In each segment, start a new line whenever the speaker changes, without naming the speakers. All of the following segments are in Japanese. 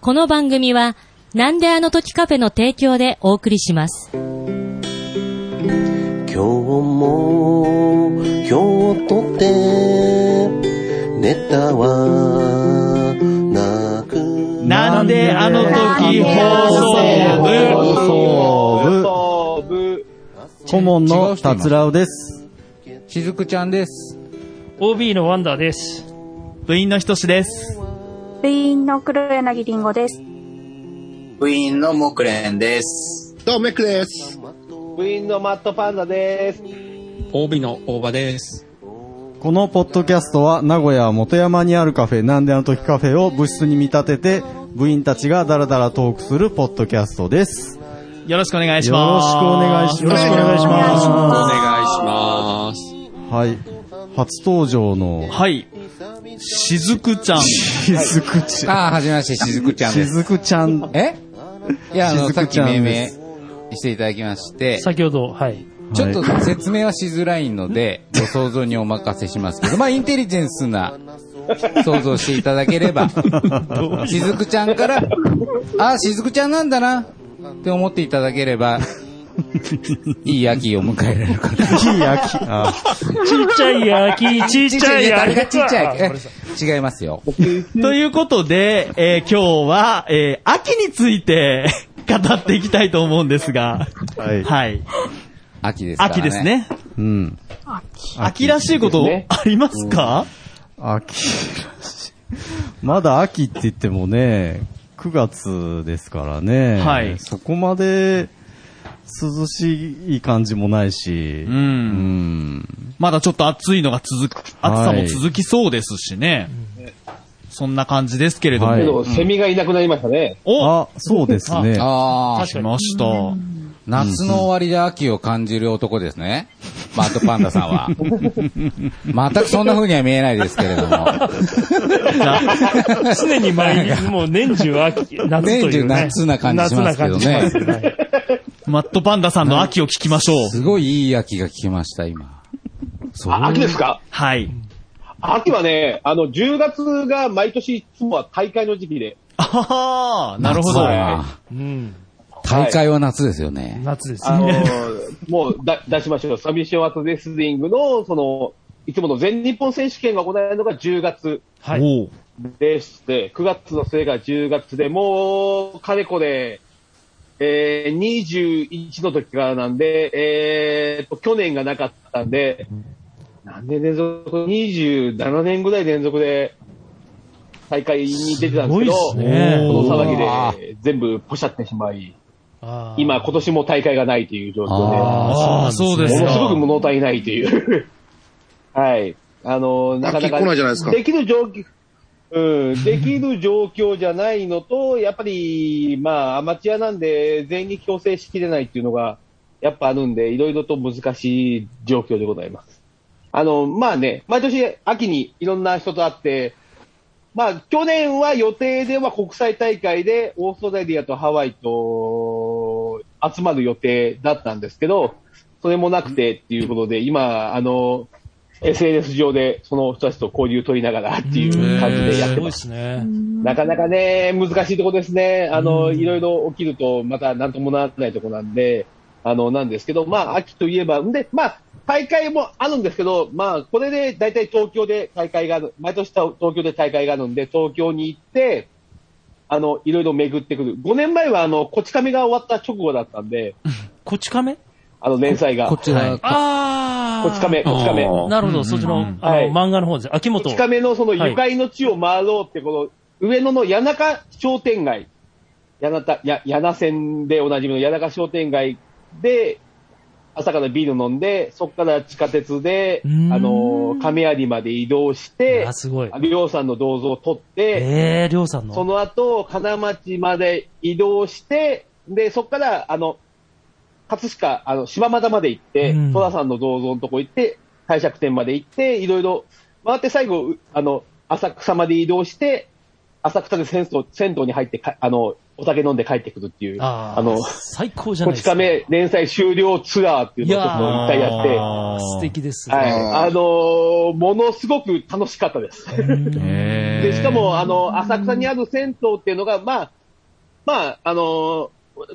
この番組は、なんであの時カフェの提供でお送りします。
今日も今日とってネタはなく
なんであの時放
放送
送部。
部、顧問の達郎です。
しずくちゃんです。
OB のワンダーです。
部員のひとしです。
部員の黒柳りんごです。
部員のモクレンです。
どうもメックです。
部員のマットパンダです。
OB の大場です。
このポッドキャストは名古屋元山にあるカフェなんであの時カフェを部室に見立てて部員たちがダラダラトークするポッドキャストです。
よろしくお願いし
よろ
ます。
しくお願いします。
よろしくお願いし
お
ま
願いします。
はい。初登場の
す。はい。しずくちゃん。
しずくちゃ
ああ、はじめまして、しずくちゃ
ん。
んで
し
す。
ずくちゃん。
えいや、あの、
しず
さ
く
っ
ち
き
ゃ
命
んで
名
す
していただきまして、
先ほど、はい。
ちょっと説明はしづらいので、ご想像にお任せしますけど、まあ、インテリジェンスな想像していただけれ ば、しずくちゃんから、ああ、しずくちゃんなんだな、って思っていただけれ ば、いい秋を迎えられるかな。
いい秋。あ、
ちっちゃい焼き、ちっちゃい
誰
焼
がち
き。
っちゃ
あ
い
ごめんなさ
え違いますよ。
ということで、えー今日は、えー秋について 語っていきたいと思うんですが、
はい。
はい。
秋ですからね。
秋です。ね。
うん。
秋らしいことありますか
秋らしい。まだ秋って言ってもね、9月ですからね。
はい
そこまで涼しい感じもないし。
う。
うんん。
まだちょっと暑いのが続く、暑さも続きそうですしね。そんな感じですけれども。
はい
けど、セミがいなくなりましたね。
お
あ、そうですね。
ああ
来、ました。
夏の終わりで秋を感じる男ですね。マットパンダさんは。全くそんな風には見えないですけれども。
い 常に毎日、もう年中秋、夏という、
年中
ね。
夏な感じしますけどね
夏な感じしますはい
マットパンダさんの秋を聞きましょう。
すごいいい秋が聞きました、今。そう。
あ秋ですか
はい。
秋はね、あの、10月が毎年いつもは大会の時期で。
ああ、なるほど。
夏は
うん。
大会は夏ですよね。
夏です
あ
ね。
のーもうだ出しましょう。サミシオアツレスリングの、その、いつもの全日本選手権が行われるのが10月
はい。
おう
でして、9月の末が10月で、もう、かれこれ、えー、21の時からなんで、えーっと、去年がなかったんで、何年連続 ?27 年ぐらい連続で、大会に出てたんです
すご
けど、
いっすね
この騒ぎ
うわ
で全部ポシャってしまい、
あー
今、今年も大会がないという状況で、も
あ
ああ、そうです
の
か。
すごく物足りないという。はい。あの、なかな
秋
か。
来ないじゃないですか
できる状況、うん、できる状況じゃないのと、 やっぱり、まあ、アマチュアなんで、全員強制しきれないっていうのが、やっぱあるんで、いろいろと難しい状況でございます。あの、まあね、毎年秋にいろんな人と会って、まあ、去年は予定では国際大会でオーストラリアとハワイと集まる予定だったんですけど、それもなくてっていうことで、今、あの、SNS 上でその人たちと交流取りながらっていう感じでやってます。
すごいですね。
なかなかね、難しいとこですね。あの、いろいろ起きると、またなんともならないとこなんで、あの、なんですけど、まあ、秋といえば、んで、まあ、大会もあるんですけど、まあ、これで大体東京で大会がある、毎年東京で大会があるんで、東京に行って、あの、いろいろ巡ってくる。5年前は、あの、こち亀が終わった直後だったんで、
こち亀
あの、連載が。
こ
こ
ちら、
ああ。
ち亀、こち亀。こ
なるほど、そっちの、あの、
はい
漫画の方です。秋元
ち。亀のその、ゆかりの地を回ろうって、この、上野の谷中商店街。谷中、や、谷中線でおなじみの谷中商店街で、朝からビール飲んで、そこから地下鉄で、
う
あ
ーん
の、亀有まで移動し
あ
て
ー、すごい。
りょうさんの銅像を取って、
ええー、りょうさんの。
その後、金町まで移動して、で、そこから、あの、葛飾、あの、柴又まで行って
うん、
寅さんの銅像のとこ行って、帝釈天まで行って、いろいろ回って最後、うあの、浅草まで移動して、浅草で銭湯銭湯に入ってか、あの、おお酒飲んで帰ってくるっていう、
あ
あ
ー
の、
最高じゃな
こ
いで
ち
すか。
亀連載終了ツアーっていうのをちょっと一回やって、は
あー素敵ですね。
い。あのーものすごく楽しかったです。
へ
で、しかも、あの、浅草にある銭湯っていうのが、まあ、まあ、あのー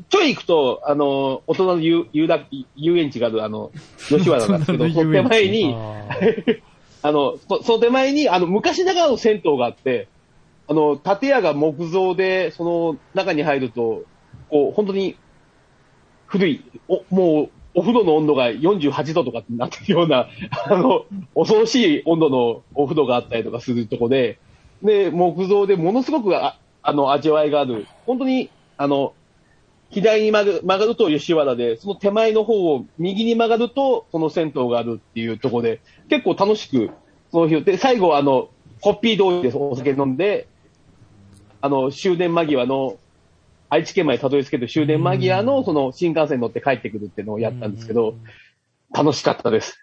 ちょい行くと、あのー大人の遊遊楽遊園地がある、あの、吉原なんですけど、その手前に、
あ
あの、そその手前に、あの、昔ながらの銭湯があって、あの、建屋が木造で、その中に入ると、こう、本当に古い、お、もう、お風呂の温度が48度とかになってるような、 あの、恐ろしい温度のお風呂があったりとかするとこで、で、木造でものすごくあ、あの、味わいがある、本当に、あの、左に曲が曲がると吉原で、その手前の方を右に曲がると、その銭湯があるっていうところで、結構楽しく、その日を、で、最後はあの、コッピー通りでお酒飲んで、あの、終電間際の、愛知県までたどり着ける終電間際の、その新幹線に乗って帰ってくるっていうのをやったんですけど、楽しかったです。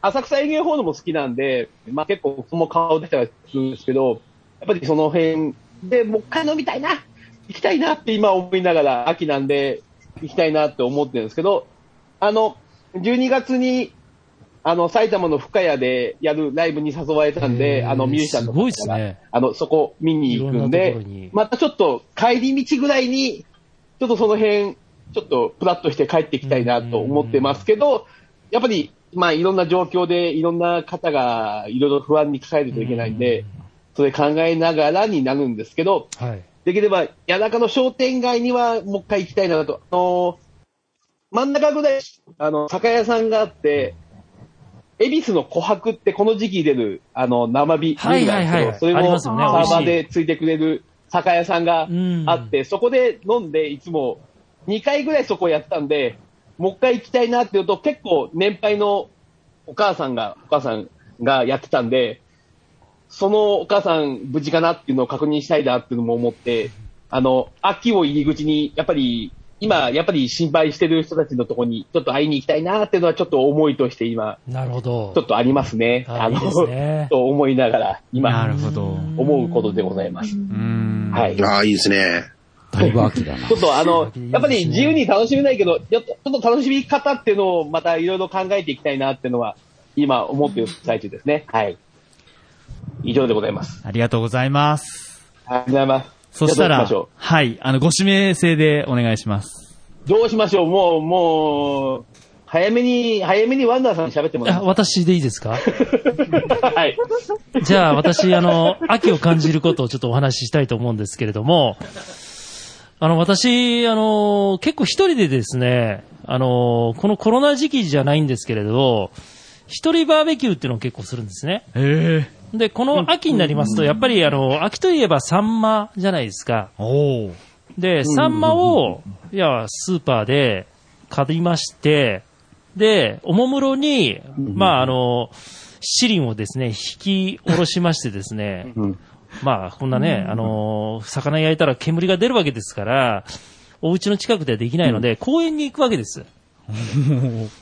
浅草園芸ホールも好きなんで、まあ結構僕も顔出たりするんですけど、やっぱりその辺でもう一回飲みたいな、行きたいなって今思いながら、秋なんで行きたいなって思ってるんですけど、あの、12月に、あの、埼玉の深谷でやるライブに誘われたん
へ
で、
ー
あの、ミュージシャンの方
すごいっすね
あの、そこ見に行く
いろ
ん
んなと
で
ころに、
またちょっと帰り道ぐらいに、ちょっとその辺、ちょっとプラッとして帰ってきたいなと思ってますけど、やっぱり、まあいろんな状況でいろんな方がいろいろ不安に抱えるといけないんで、それ考えながらになるんですけど、
ーはい。
できれば谷中の商店街にはもう一回行きたいなと。あのー真ん中ぐらい、あの、酒屋さんがあって、恵比寿の琥珀ってこの時期出る、あの、生ビ
はい
ビールなんですけど
はいはい
それ
あり
も
ます
サ
よ
ー
ね
バーでついてくれる酒屋さんがあって、そこで飲んでいつも2回ぐらいそこやってたんで、もう一回行きたいなっていうと結構年配のお母さんが、お母さんがやってたんで、そのお母さん無事かなっていうのを確認したいなっていうのも思って、あの、秋を入り口に、やっぱり、今、やっぱり心配してる人たちのところに、ちょっと会いに行きたいなっていうのは、ちょっと思いとして今、
なるほど。
ちょっとありますね。
あい
の、
いですね
と思いながら、
な
今
る、ほど。
思うことでございます。
うん。
はい。ち
ああ、いいですね。
だいぶ秋だな。
ょっとあの、やっぱり自由に楽しめないけど、ちょっとちょっと楽しみ方っていうのをまたいろいろ考えていきたいなっていうのは、今思っている最中ですね。はい。以上でございます。
ありがとうございます。
ありがとうございます。
そした
じゃあ
ら
どうしましょう、
はい、あの、ご指名制でお願いします。
どうしましょうもう、もう、早めに、早めにワンダーさんに喋ってもら
あ
う。
私でいいですか
はい。
じゃあ私、あの、秋を感じることをちょっとお話ししたいと思うんですけれども、あの、私、あの、結構一人でですね、あの、このコロナ時期じゃないんですけれど、一人バーベキューっていうのを結構するんですね。
え
で、この秋になりますと、やっぱりあの、秋といえばサンマじゃないですか。
えおお。
で、サンマを、いや、スーパーで買いまして、で、おもむろに、まあ、あの、シリンをですね、引き下ろしましてですね、まあ、こんなね、あの、魚焼いたら煙が出るわけですから、お家の近くではできないので、公園に行くわけです。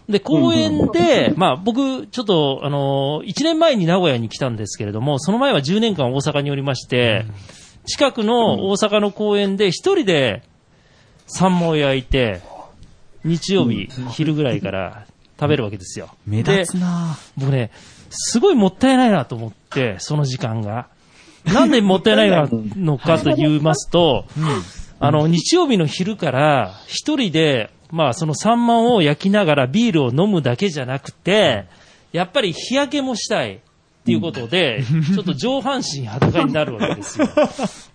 で、公園で、まあ僕、ちょっと、あの、1年前に名古屋に来たんですけれども、その前は10年間大阪におりまして、近くの大阪の公園で一人でサンマを焼いて、日曜日、昼ぐらいから食べるわけですよ。
目立つな
僕ね、すごいもったいないなと思って、その時間が。なんでもったいないのかと言いますと、あの、日曜日の昼から、一人で、まあ、そのサンマを焼きながらビールを飲むだけじゃなくて、やっぱり日焼けもしたい。っていうことで、ちょっと上半身裸になるわけですよ。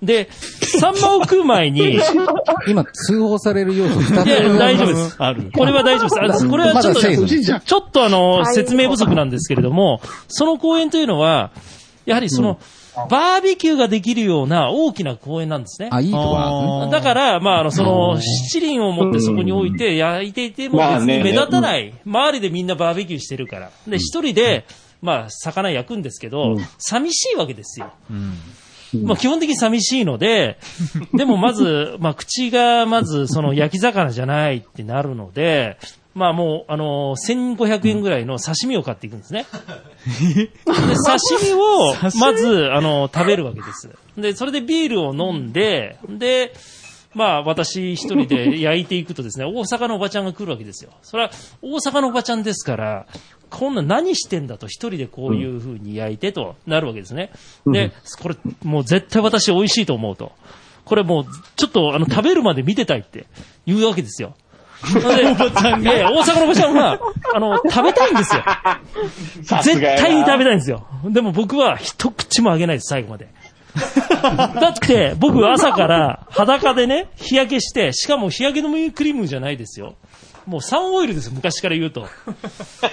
で、サンマを食う前 に、
今、通報される要素2
いや
つ。
大丈夫です。
あ る。
これは大丈夫ですあ。これはちょっと、
まだセーフ
ちょっとあの、
はい
説明不足なんですけれども、その公園というのは、やはりその、バーベキューができるような大きな公園なんですね。
あ、いいとこあるね。
あー
だから、まあ、あの、その、七輪を持ってそこに置いて焼いていても
まあ
別に
ね
目立たない。周りでみんなバーベキューしてるから。で、一人で、まあ、魚焼くんですけど、寂しいわけですよ。まあ、基本的に寂しいの で、でもまず、まあ、口がまず、その焼き魚じゃないってなるので、まあもう、あのー、1500円ぐらいの刺身を買っていくんですね。で 刺身を、まず、あのー、食べるわけです。で、それでビールを飲んで、で、まあ、私一人 で焼いていくとですね、大阪のおばちゃんが来るわけですよ。それは、大阪のおばちゃんですから、こんな何してんだと、一人でこういう風に焼いてとなるわけですね。で、これ、もう絶対私美味しいと思うと。これもう、ちょっと、あの、食べるまで見てたいって言うわけですよ。 おばちゃんが。ええ大阪のおばちゃんは、あの、食べたいん ですよ。
さす
絶
がやな
対に食べたいんですよ。でも僕は一口もあげないです、最後まで。だって、僕朝から裸でね、日焼けして、しかも日焼け止めクリームじゃないですよ。もうサンオイルです、昔から言うと。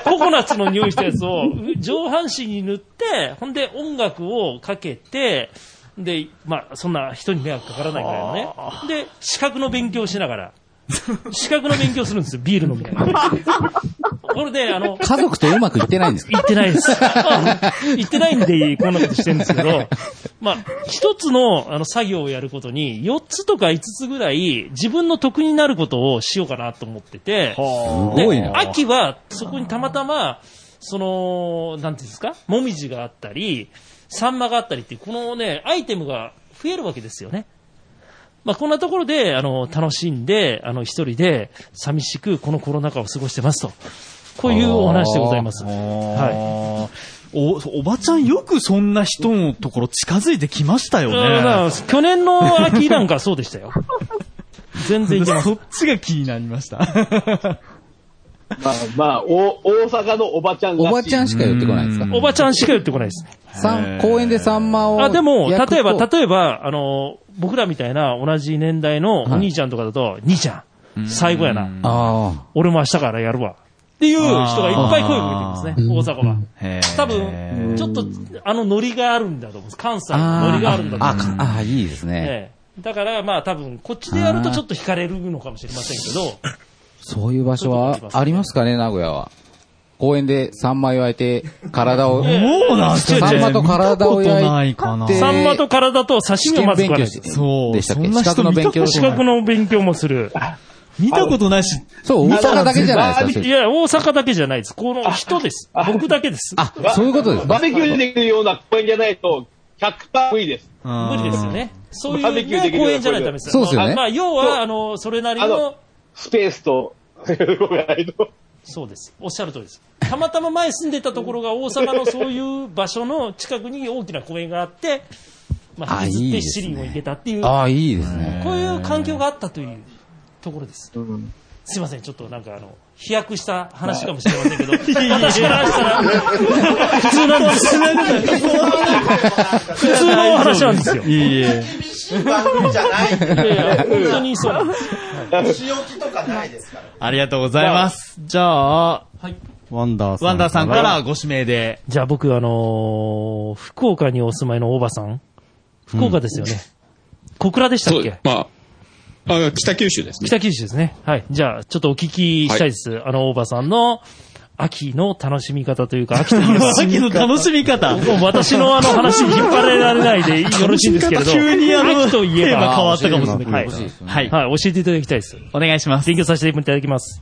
ココナッツの匂いしたやつをう上半身に塗って、ほんで音楽をかけて、で、まあ、そんな人に迷惑かからないからいのね。で、資格の勉強をしながら。資格の勉強するんですよ、ビール飲みながら。これで、あの、
家族とうまくいってないんですか
行ってない です。行ってないんで、こんなことしてるんですけど、 まあ、一つのあの作業をやることに、4つとか5つぐらい、自分の得になることをしようかなと思ってて、
すごいな。
秋は、そこにたまたま、その、なんていうんですか、もみじがあったり、サンマがあったりっていう、このね、アイテムが増えるわけですよね。まあ、こんなところで、あの、楽しんで、あの、一人で、寂しく、このコロナ禍を過ごしてますと。こういうお話でございます。はい。
い。お、おばちゃんよくそんな人のところ近づいてきましたよ
うんだから
ね。
去年の秋なんかそうでしたよ。全然いけます。
そっちが気になりました。
まあ、まあ、お、大阪のおばちゃんが。
おばちゃんしか寄ってこないんですか
おばちゃんしか寄ってこないです。
三公園でサンマを。
あ、でも、
焼くと
例えば、例えば、あの、僕らみたいな同じ年代のお兄ちゃんとかだと、兄ちゃん、最後やな。
あ
俺も明日からやるわ。っていう人がいっぱい声をかけてるんですね、大阪は。多分、ちょっと、あのノリがあるんだと思うんです。関西のノリがあるんだと思うんです。
あ。ああ、いいですね。
ええだから、まあ多分、こっちでやるとちょっと惹かれるのかもしれませんけど、
そういう場所はありますかね、名古屋は。公園で三枚焼いて、体を、
そうなんですよ。
サンマと体を焼いて
見たことないかな。
え
サンマと体と刺身をまず食わないです。
そう。
でしたっけ
そんな人見たこと
資
資
格の勉強もする。
見たことないし、
そう、大阪だけじゃないですか
い
それ。
や、大阪だけじゃないです。この人です。僕だけです。
あ、そういうことです。
バーベキューでできるような公園じゃないと、100%無理です。
無理ですよね。そういう
バーベキューで
ね
きる
公園じゃないとダメです。
そうですよね
あまあ、要
そ
は、
う
あの、それなり
あ
の
の、スペースと、動かないと。
そうです。おっしゃる通りです。たまたま前住んでたところが大阪のそういう場所の近くに大きな公園があって、まあ、
あ
引きずっ
い
て
いです
シ
ね
リンを行けたっていう、
ああ、いいですね。
こういう環境があったというところです。すいません、ちょっとなんかあの、飛躍した話かもしれませんけど、 私からしたら、普通なんです。普通のお話なんですよ。い
いいえ。
やいや本当にそうなんです。
ありがとうございます。じゃあ、
ワンダーさん。
ワンダーさんか。らご指名で。
じゃあ僕、あのー福岡にお住まいの大場さん。福岡ですよね。小倉でしたっけ
まあ、あ北九州ですね。
北九州ですね。はい。じゃあ、ちょっとお聞きしたいです。あの、大場さんの秋の楽しみ方と いうか、秋というか、
秋の楽しみ方。
もう私のあの話に引っ張られない でよろしいんですけれど、
急にあの、
秋といえ
テーマ変わ
ば
っ、たかもしれな
は
い。
い
はい。はい。
はい、教えていただきたいです。
お願いします。
勉強させていただきます。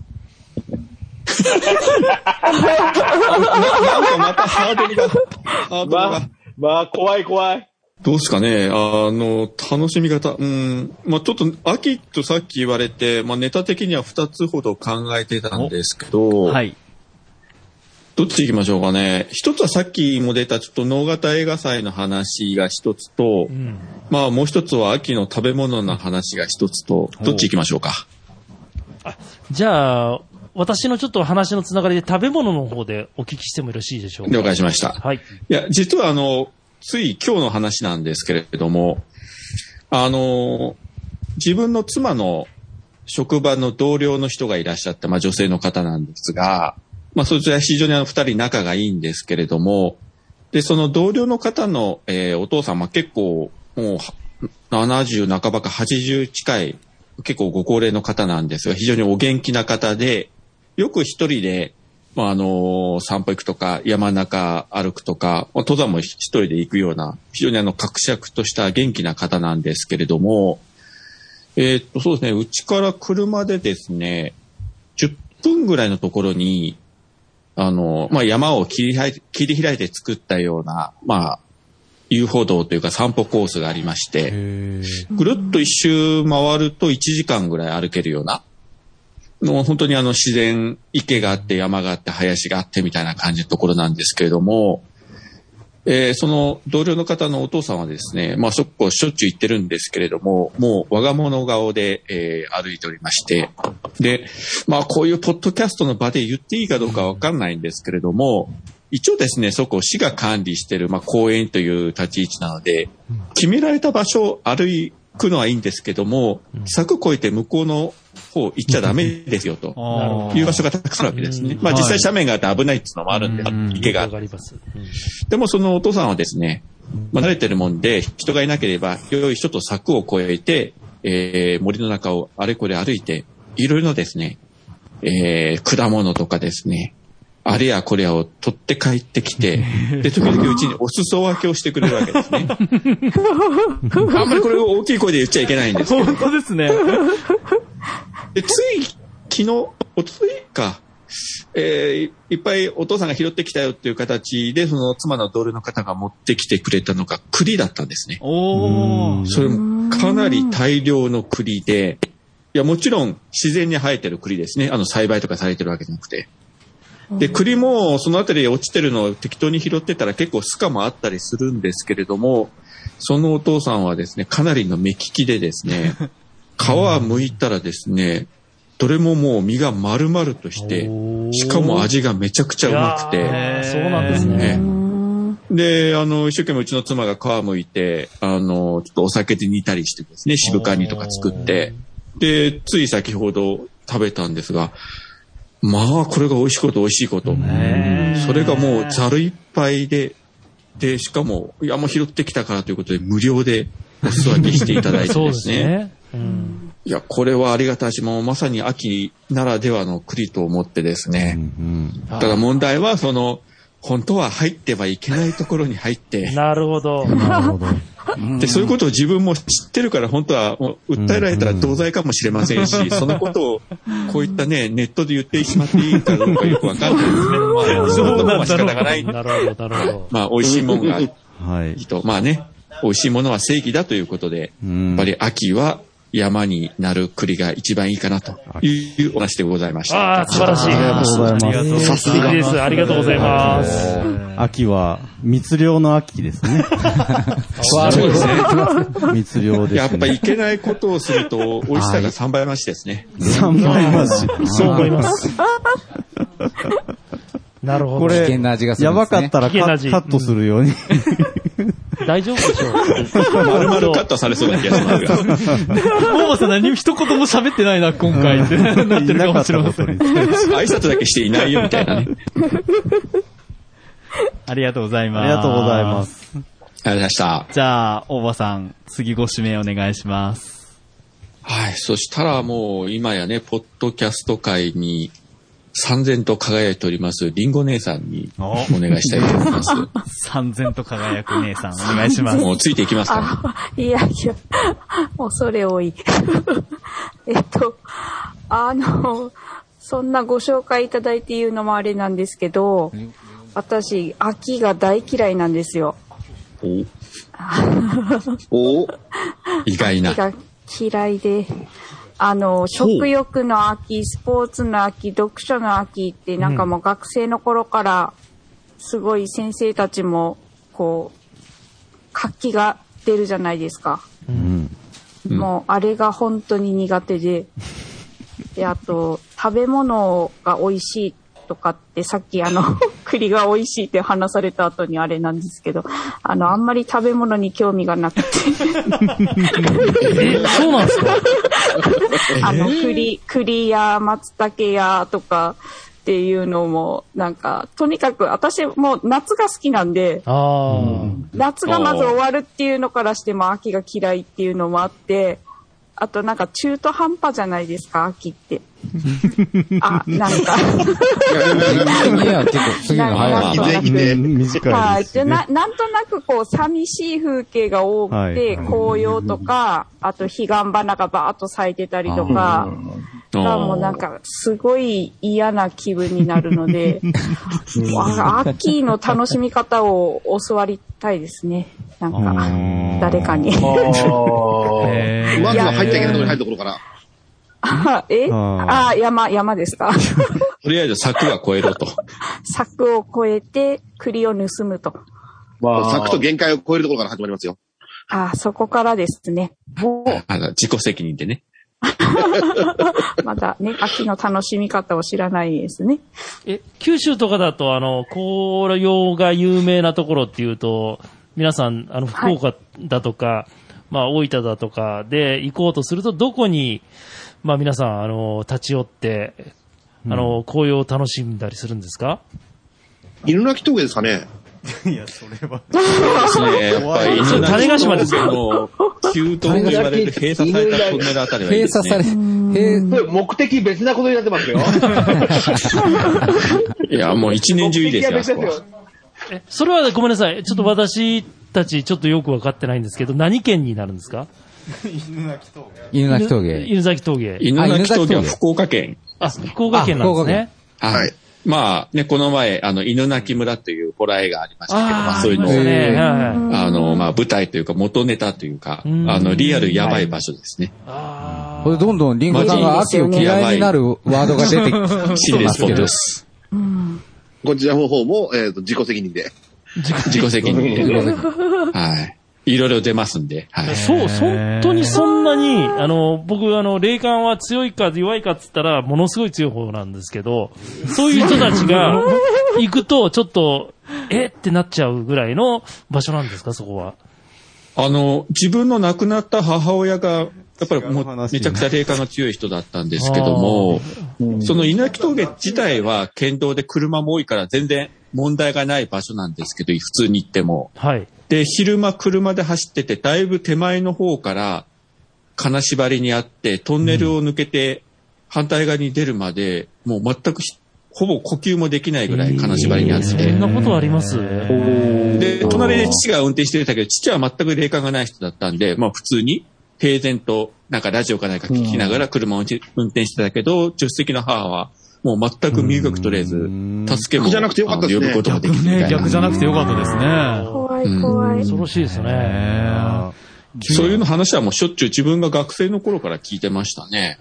なんかまたハードルが、ハードル
まあ
が。、
まあ、怖い怖い。
どうですかねあの、楽しみ方。うん。まあ、ちょっと、秋とさっき言われて、まあ、ネタ的には2つほど考えてたんですけど、
はい。
どっち行きましょうかね。一つはさっきも出た、ちょっと能型映画祭の話が一つと、まあ、もう一つは秋の食べ物の話が一つと、どっち行きましょうか。
じゃあ、私のちょっと話のつながりで食べ物の方でお聞きしてもよろしいでしょうか。
了解しました。
はい。
いや、実はあの、つい今日の話なんですけれども、あの、自分の妻の職場の同僚の人がいらっしゃった、まあ女性の方なんですが、まあそちら非常にあの二人仲がいいんですけれども、で、その同僚の方の、えーお父様結構もうは70半ばか80近い結構ご高齢の方なんですが、非常にお元気な方で、よく一人で、まあ、あの、散歩行くとか、山の中歩くとか、まあ登山も一人で行くような、非常にあの、格尺とした元気な方なんですけれども、えーっと、そうですね、うちから車でですね、10分ぐらいのところに、あの、まあ、山を切り開い切り開いて作ったような、まあ、遊歩道というか散歩コースがありまして、ぐるっと一周回ると1時間ぐらい歩けるような、の本当にあの自然、池があって山があって林があってみたいな感じのところなんですけれども、えーその同僚の方のお父さんはですね、まあそこしょっちゅう行ってるんですけれども、もう我が物顔で、えー歩いておりまして、で、まあこういうポッドキャストの場で言っていいかどうかわかんないんですけれども、一応ですね、そこを市が管理してる、まあ公園という立ち位置なので、決められた場所を歩くのはいいんですけども、柵越えて向こうの方行っちゃダメですよと。
なるほど
いう場所がたくさんあるわけですね
う。ん
まあ
はい
実際斜面があって危ないっていうのもあるんで、池があっ
わ
て
かります。うん
でもそのお父さんはですね、まあ、慣れてるもんで、人がいなければ、よい人と柵を越えて、えー森の中をあれこれ歩いて、いろいろですね、えー果物とかですね、あれやこれやを取って帰ってきて、で、時々うちにお裾分けをしてくれるわけですね。あんまりこれを大きい声で言っちゃいけないんですけど
本当ですね。
で、つい昨 日、おとといか、えーいっぱいお父さんが拾ってきたよっていう形で、その妻の同僚の方が持ってきてくれたのが栗だったんですね。
おー。
それもかなり大量の栗で、いや、もちろん自然に生えてる栗ですね。あの、栽培とかされてるわけじゃなくて。で、栗もそのあたりで落ちてるのを適当に拾ってたら結構スカもあったりするんですけれども、そのお父さんはですね、かなりの目利きでですね、皮剥いたらですね、どれももう身が丸々として、しかも味がめちゃくちゃうまくて、
いやーそうなんですね。
で、あの、一生懸命うちの妻が皮むいて、あの、ちょっとお酒で煮たりしてですね、渋カニとか作って、で、つい先ほど食べたんですが、まあ、これが美味しいこと美味しいこと。それがもうざるいっぱいで、で、しかも、いや、もう拾ってきたからということで、無料でお裾分けしていただいて
そう
で
ですす
ね。
ね。うん
いや、これはありがたいし、もうまさに秋ならではの栗と思ってですね。ただ問題は、その、本当は入ってはいけないところに入って、
なるほど。
なるほど。
で、そういうことを自分も知ってるから、本当は、もう訴えられたら同罪かもしれません し、そのことを、こういったね、ネットで言ってしまっていいかどうかよくわかんない ですね。まあ、そうなとこは仕方がない。
なるほど、なるほど。
まあ、美味しいものがい
はい。
いと。まあね、美味しいものは正義だということで、
う
や
ん
っぱり秋は山になる栗が一番いいかなというお話でございまし
あ
た
あ、。素晴らしい。
ありがとうございます
ありがとうございます。いいです。ありがとうございます。
秋は、密漁の秋で すね。
そうですね。
密漁ですね。
やっぱいけないことをすると、美味しさが3倍増しですね。
3倍増し。
そう思います。なるほど。
こ
危
れ
険な味がする
や
んで
ば
すね。
かったらカ
危険な味
カットするように。
大丈夫でしょう。
丸々カットされそうな気がしますが。
ももさん何も一言も喋ってないな、今回ってなってるかもしれません。
挨拶だけしていないよみたいなね。
ありがとうございま
あ
す。
りがとうございま。す。
ありがとうございました。
じゃあ、大場さん、次ご指名お願いします。
はい。そしたらもう今やね、ポッドキャスト界に三千と輝いております、リンゴ姉さんにお願いしたいと思います。
三千と輝く姉さん、お願いします。
もうついていきますか
あ、いやいや、恐れ多い。 えっと、あの、そんなご紹介いただいて言うのもあれなんですけど、私、秋が大嫌いなんですよ。
おお意外な
秋。が嫌いで、あの、食欲の秋、スポーツの秋、読書の秋って、なんかもう学生の頃から、すごい先生たちも、こう、活気が出るじゃないですか。もう、あれが本当に苦手で。で、あと、食べ物が美味しいとかって、さっきあの、栗が美味しいって話された後にあれなんですけど、あの、あんまり食べ物に興味がなくて。
え、そうなんですか
あの、栗、栗や松茸やとかっていうのも、なんか、とにかく私もう夏が好きなんで、
あ
夏がまず終わるっていうのからしても秋が嫌いっていうのもあって、あとなんか中途半端じゃないですか、秋って。あ、なんか、
いや、結構次の早
なん
い
と
な。
なく。
うん短
はいい。
で
じゃ
す、ね。
な、なんとなくこう、寂しい風景が多くて、
はい
紅葉とか、あと彼岸花がバーっと咲いてたりとか、がもうなんか、すごい嫌な気分になるの で、あアッキーの楽しみ方を教わりたいですね。なんか、誰かに。
まずは入ったけないところに入るところから。
あ えああ、山、山ですか
とりあえず柵は越えろと。
柵を越えて栗を盗むと。
サクと限界を超えるところから始まりますよ。
あそこからですね。もう、
あの自己責任でね。
まだね、秋の楽しみ方を知らないですね。
え、九州とかだと、あの、紅葉が有名なところっていうと、皆さん、あの、福岡だとか、まあ、大分だとかで行こうとすると、どこに、まあ、皆さん、あの、立ち寄って、あの、紅葉を楽しんだりするんですか
犬鳴峠ですかね
いや、それは。
ですね。やっぱり、
それ種子島ですよ
もう、急騰と言われる閉鎖されたトンネルあたりはい
閉
いです
鎖され、
ね。
閉
これ目的別なことになってます よ。
いや、もう一年中いいですよ、あそこ
目的は別
は
ですよ。
え、それはごめんなさい。ちょっと私たち、ちょっとよくわかってないんですけど、何県になるんですか
犬鳴峠。
犬崎峠。
犬鳴峠は福岡県。
あ、福岡県なんですね。
はい。まあ、ね、この前、あの、犬鳴村というホラー映画ありましたけど、ま
あ
あ、
あ、
そういうの
ありました
を、
ね。はいはい
あの、まあ、舞台というか、元ネタというか、あ
うん
の、リアルやばい場所ですね。
あ
これどんどんリンゴさんが秋を嫌いになるワードが出てき て
心霊
ま
ス
す
ポ
けど
ットで。す。
こちらの方も、えっ、と、自己責任で。
自己責任で。はい。いろいろ出ますんで、はい
ー。そう、本当にそんなに、あの、僕、あの、霊感は強いか弱いかっつったら、ものすごい強い方なんですけど、そういう人たちが 行くと、ちょっと、えってなっちゃうぐらいの場所なんですか、そこは。
あの、自分の亡くなった母親が、やっぱりも
違う
う
話
めちゃくちゃ霊感の強い人だったんですけども、その稲木峠自体は県道で車も多いから全然問題がない場所なんですけど、普通に行っても。
はい。
で、昼間車で走ってて、だいぶ手前の方から金縛りにあって、トンネルを抜けて反対側に出るまで、もう全くしほぼ呼吸もできないぐらい金縛りにあって。
そんなことあります
で、隣で父が運転してたけど、父は全く霊感がない人だったんで、まあ普通に平然と、なんかラジオかなんか聞きながら車を運転してたけど、助手席の母は、もう全く身動き取れず、助けも、
逆じゃなくてよかったです
あ
ね
の呼ぶこともで
逆
きずみたい
ね
な、
逆じゃなくてよかったですね。
怖い怖い。
恐ろしいですね。
え
そういうの話はもうしょっちゅう自分が学生の頃から聞いてましたね。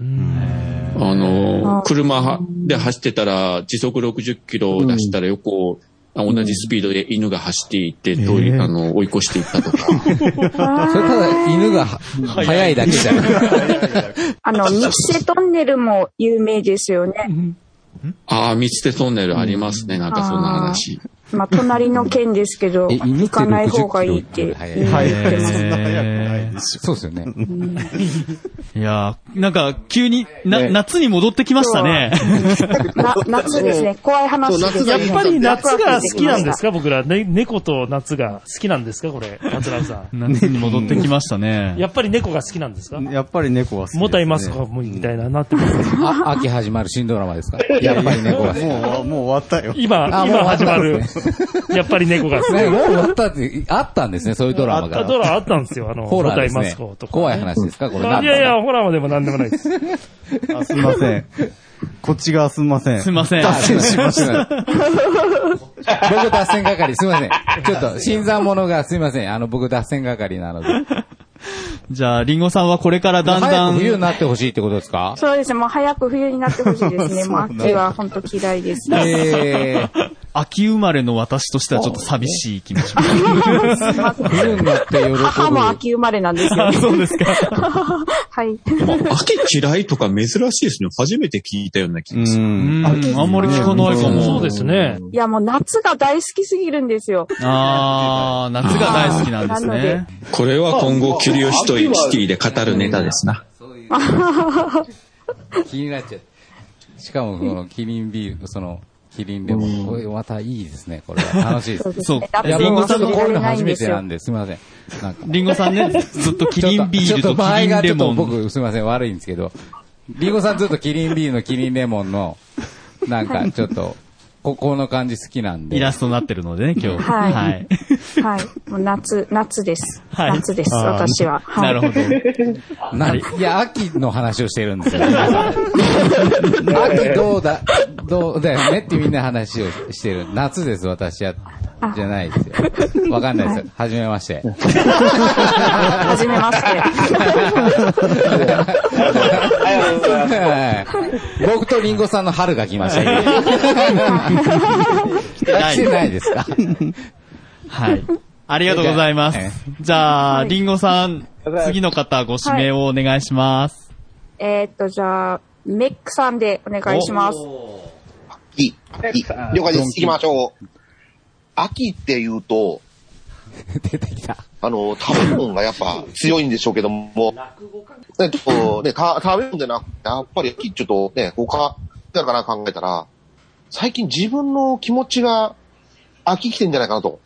あ
あ
の、車で走ってたら時速60キロ出したら横を、あ同じスピードで犬が走っていって、どうい
ええ
あの追い越していったとか。
それただ犬がは早いだけじゃない。
あの、三瀬トンネルも有名ですよね。
ああ、見捨てトンネルありますね、なんかそんな話。
まあ、隣の県ですけど、
え犬っ
行
て
かない方がいいっ
60キ
て
ロ早い
言われてます。
そうですよね。
いやーなんか、急に、な、夏に戻ってきましたね。
な夏ですね。怖い話です
そう夏
ね。
が
や
いい
っぱり夏が好きなんですか僕ら、ね。猫と夏が好きなんですかこれ、桂さん。
夏に戻ってきましたね。
やっぱり 猫が好きなんですか
やっぱり猫は好きです、ね。
もたいますかみたいななってます。
あ、秋始まる新ドラマですか やっぱり猫が好き。ね、
もう、もう終わったよ。
今、
あもう
今始まる。やっぱり猫が好き。
もう終わったって、あったんですね、そういうドラマ
あ
が。
ドラあったんですよ。あの、
ホラー
モタ
で
イ
す
マ
ね
スコと。か。
怖い話ですかこれ
あ
なん
い
だ
やいや、ホラーまでも何でもないです。
あすいません。こっち側すいません
すい。ません。
脱線しました。僕脱線係、すいません。 ちょっと、新参者がすいません。あの、僕脱線係なので。
じゃあ、リンゴさんはこれからだんだ
早く
ん、
冬になってほしいってことですか
そうですね。もう早く冬になってほしいですね。もう秋は本当嫌いです。
えー、
秋生まれの私としてはちょっと寂しい気持ちも。
冬になって喜ぶ。
母も秋生まれなんですよ、ね。そうですか。 はい。
秋嫌いとか珍しいですね。初めて聞いたような気
う
がする。
うん
ん。
あんまり聞かないかも。
そうですね。
いや、もう夏が大好きすぎるんですよ。
あー、夏が大好きなんです
なので
ね。
これは今後、キュリオシティで語るネタですな。
気になっちゃう。しかも、この、キリンビール、その、キリンレモン。これまたいいですね、これは。楽しいです。
そう。
夏
いや、
も
僕ちょっとこういう
忘れ
の
ない
初
ん
め
です
て
よ
なんで、すいません。なんか。
リンゴさんね、ずっとキリンビール
ちょ
と
っ場
キ
合
リン
がち
レ
ょっと
モン。
僕、すみません、悪いんですけど、リンゴさんずっとキリンビールのキリンレモンの、なんかちょっと、ここの感じ好きなんで。
イラストになってるのでね、今日。
はい
はい。
はい。もう夏、夏です。
はい
夏です、
あー
私は。はい、
なるほど。なるいや、秋の話をしてるんですよ。 秋どうだ、どうだよねってみんな話をしてる。夏です、私は。じゃないですよ。わかんないですよ。はじめま して。
はじめま
はい僕とリンゴさんの春が来ま したけど。来てないですか
はい。ありがとうございます。じゃあ、リンゴさん、次の方ご指名をお願いします。
えーっと、じゃあ、メックさんでお願いします。
いい了解です。行きましょう。秋って言うと、あの、食べ物がやっぱ強いんでしょうけども、えっと、ね、か食べ物でなくて、やっぱり秋ちょっとね、他、だから考えたら、最近自分の気持ちが秋来てんじゃないかなと。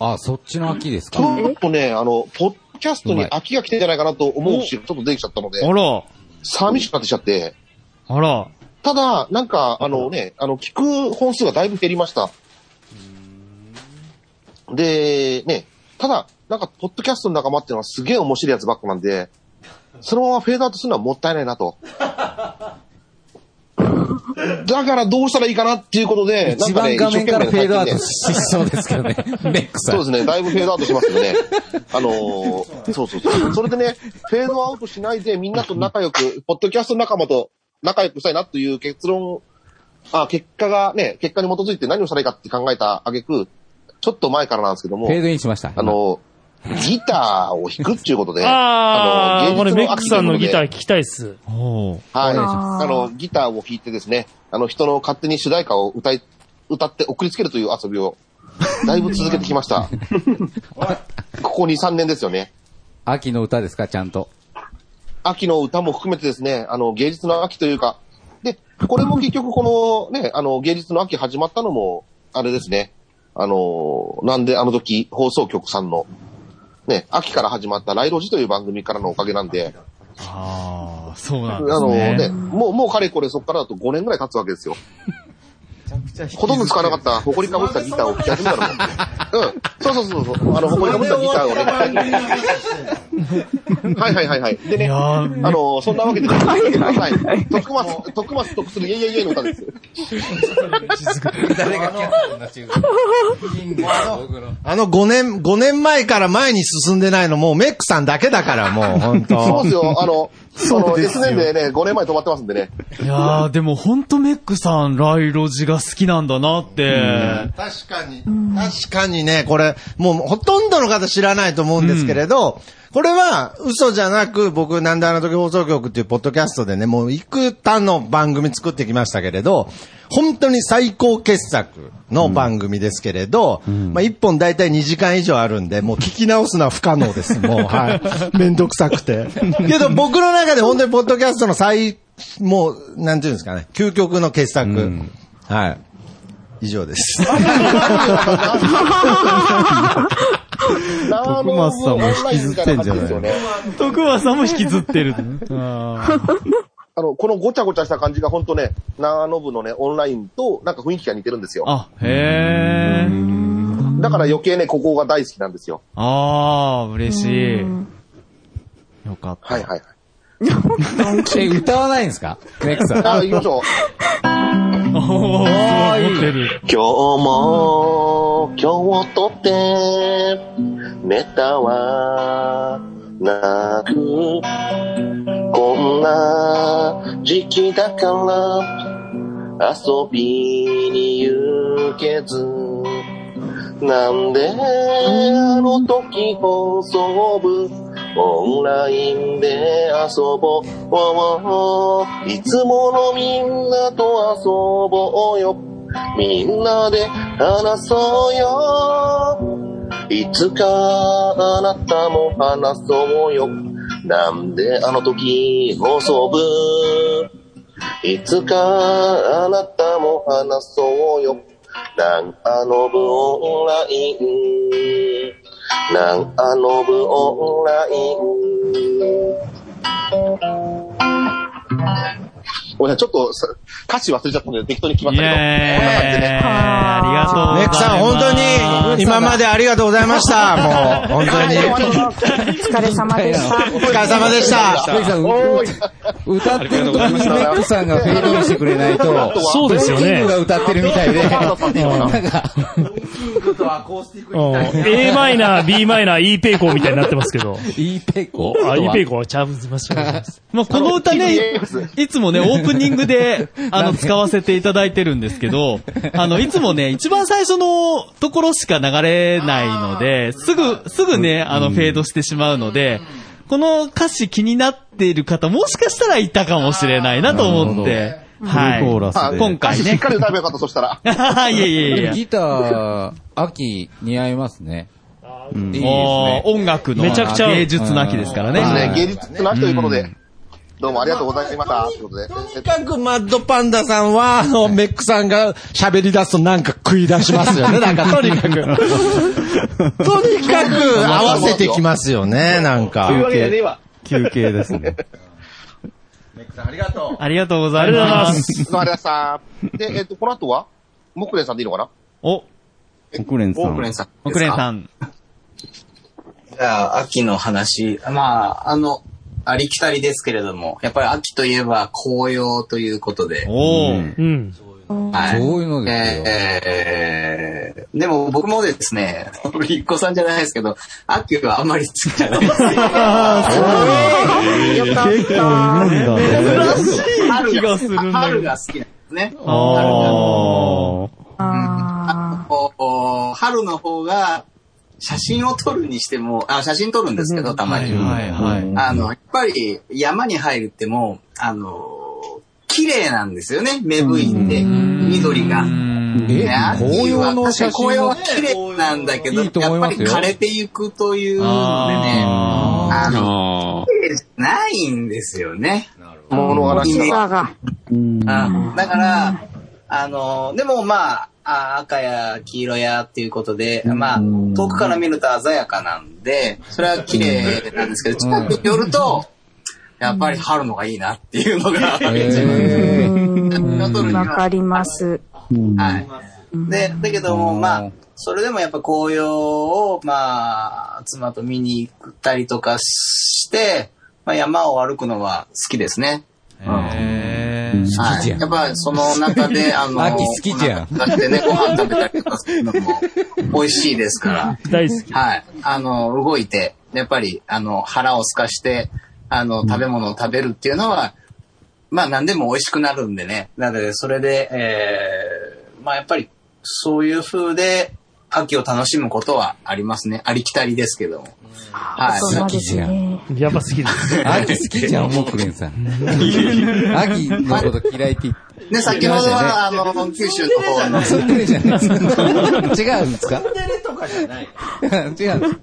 あ、そっちの秋です
ち
か
ょっとね、あの、ポッドキャストに秋が来てんじゃないかなと思うし、ちょっと出てきちゃったので、
あら、
寂しくなってきちゃって、
あら、
ただ、なんか、あのね、あの、聞く本数がだいぶ減りました。で、ね、ただ、なんか、ポッドキャストの仲間っていうのはすげえ面白いやつばっかなんで、そのままフェードアウトするのはもったいない なと。だからどうしたらいいかなっていうことで、
一番
なん
画
かね
面からフェードアウトし
一生懸
そうで
命ね
すけどね。 メックさん。
そうですね、だいぶフェードアウトしますよね。あのーそうそう そう。それでね、フェードアウトしないでみんなと仲良 く、ポッドキャスト仲間と仲良くしたいなという結論、あ、結果がね、結果に基づいて何をしたらいいかって考えた挙句、ちょっと前からなんですけども、
フェードインしました。
あのーギターを弾くっていうことで、
あー、
の
これメック
秋とい
さ
うんこと
の
で
ギター聞きたいっす。
はい。
あ
あ
ー
の、ギターを弾いてですね、あの、人の勝手に主題歌を歌い、歌って送りつけるという遊びを、だいぶ続けてき ました。ここ2、3年ですよね。
秋の歌ですか、ちゃんと。
秋の歌も含めてですね、あの、芸術の秋というか、で、これも結局このね、あの、芸術の秋始まったのも、あれですね、あの、なんであの時、放送局さんの、ね、秋から始まったライロジという番組からのおかげなんで、
ああ、そう
あ
なんです
の
ね。
ね、もう、もうかれこれそこからだと5年ぐらい経つわけですよ。ほとんど使わなかった、埃かぶったギターを弾き始めたのも。うん。そうそうそうそう。あの、埃かぶったギターをね、はいはいはいはい。でね、あの、そんなわけで、はい。徳松、徳松得するイェイイェイイェイの歌 です。
誰がキャッチな中
あの5年、5年前から前に進んでないのもうメックさんだけだから、もう本当。
そうですよ、あの、そ
そう
の
ですよ
SN でね、5年前止まってますんでね。
いやー、でもほんとメックさん、ライロジが好きなんだなって。
確かに。確かにね、これ、もうほとんどの方知らないと思うんですけれど、これは嘘じゃなく、僕、なんであの時放送局っていうポッドキャストでね、もう幾多の番組作ってきましたけれど、本当に最高傑作の番組ですけれど、まあ一本大体2時間以上あるんで、もう聞き直すのは不可能です、もう。はい。めんどくさくて。 けど僕の中で本当にポッドキャストの最、もう、なんていうんですかね、究極の傑作。はい。以上です。
徳
松さんも引きずってんじゃないの
徳松さんも引きずってる。
あの、このごちゃごちゃした感じが本当ね、長野部のね、オンラインとなんか雰囲気が似てるんですよ。
あ、へー。
だから余計ね、ここが大好きなんですよ。
あー、嬉しい。よかった。
はいはいはい。
え、歌わないんですかメックさん。
あ、行きましょう。
お
ー、
持ってる。
今日も、今日とって、ネタは、なく、こんな時期だから、遊びに行けず、なんで、あの時放送部、オンラインで遊ぼう。いつものみんなと遊ぼうよ。みんなで話そうよ。いつかあなたも話そうよ。なんであの時放送部。いつかあなたも話そうよ。なんあの部オンライン。なんあの部オンライン。
おん、ちょっとさ歌詞忘れちゃったんで適当に決まったけど。こんな感じでね。
あ
りがとうございます。メイクさん、本当に、今までありがとうございました。もう、本当に。
疲れ様でした。
お疲れ様でした。
メイクさん、う歌ってる時にメイクさんがフェードインしてくれないと、
そうですよね
ドリームが歌ってるみた いで、なんか、
A マイナー、B マイナー、E ペイコーみたいになってますけど。
E ペイコ
あ、E ペイコーはちゃうずまし
まあ、この歌ね、い つもね、オープニングで、あの、使わせていただいてるんですけ ど、あの、いつもね、一番最初のところしか流れないので、すぐ、すぐね、あの、フェードしてしまうので、この歌詞気になっている方、もしかしたらいたかもしれないなと思って、は
フルコーラス
い。
で
今
歌
回
詞しっ
ね。
かり歌えばよかった、そしたら。
いやいやいや。
ギター、秋似合いますね。いいですね
もう、音楽の
めちゃくちゃ
芸術の秋ですからね。
です
はい
ね、芸術の秋ということで、どうもありがとうございました。ということで。
とにかくマッドパンダさんは、あの、メックさんが喋り出すとなんか食い出しますよね。なんか、とにかく。とにかく合わせてきますよね、なんか。
というわけでね、今。
休憩ですね。
ありがとうござ います。
どうもありがとうございました。で、えっと、この後は、モクレンさんでいいのかな
お、
国連さ
オークレ
ん。
ンさん。
おくれん
ん。
さん。
じゃあ、秋の話。まあ、あの、ありきたりですけれども、やっぱり秋といえば紅葉ということで。
おー。
うん。
はい。
そういうのですよ。
えー、でも僕もですね、僕、一個さんじゃないですけど、秋はあんまり好きじゃないです。
よかっ
結構いるんだね。
いい気がするんだけ
春
ど。
が好きなんですね。
あ
た。あ
こう春の方が、写真を撮るにしても、あ、写真撮るんですけど、たまに。
ー。はいはい。
あの、やっぱり山に入るってもう、あの、綺麗なんですよね、芽吹いて、緑
え
が。ね
紅葉の写
確かに紅
真
葉は綺麗なんだけど、
い
や
い
っ
と
ぱ
思います
り
よ
枯れていくというんでね、
あ
あの、
あ
綺麗じゃないんですよね。
物
あ。
悲し
星座
さ。
が。
うんだから、あの、でもまあ、あ赤や黄色やっていうことで、まあ、遠くから見ると鮮やかなんで、それは綺麗なんですけど、近くに寄ると、やっぱり春のがいいなっていうのが、
えー
うんわかります。
はい。で、だけども、まあ、それでもやっぱ紅葉を、まあ、妻と見に行ったりとかして、まあ、山を歩くのは好きですね。
へー
はい。やっぱその 中で、あの、
秋好きじゃん
だってね、ご飯食べたりとかするのも美味しいですから、
大好き。
はい。あの、動いて、やっぱり、あの、腹を空かして、あの、食べ物を食べるっていうのは、まあ何でも美味しくなるんでね。なので、それで、えー、まあやっぱり、そういう風で、秋を楽しむことはありますね。ありきたりですけども。はい。
そうです
さっき
ね。
やっぱ好き です。
秋好きじゃん、もうクレンさん。秋のこと嫌いって言って。
ね、先ほどは、あの、九州の方の、
そっくりじゃないですか。違うんですか違 うんです。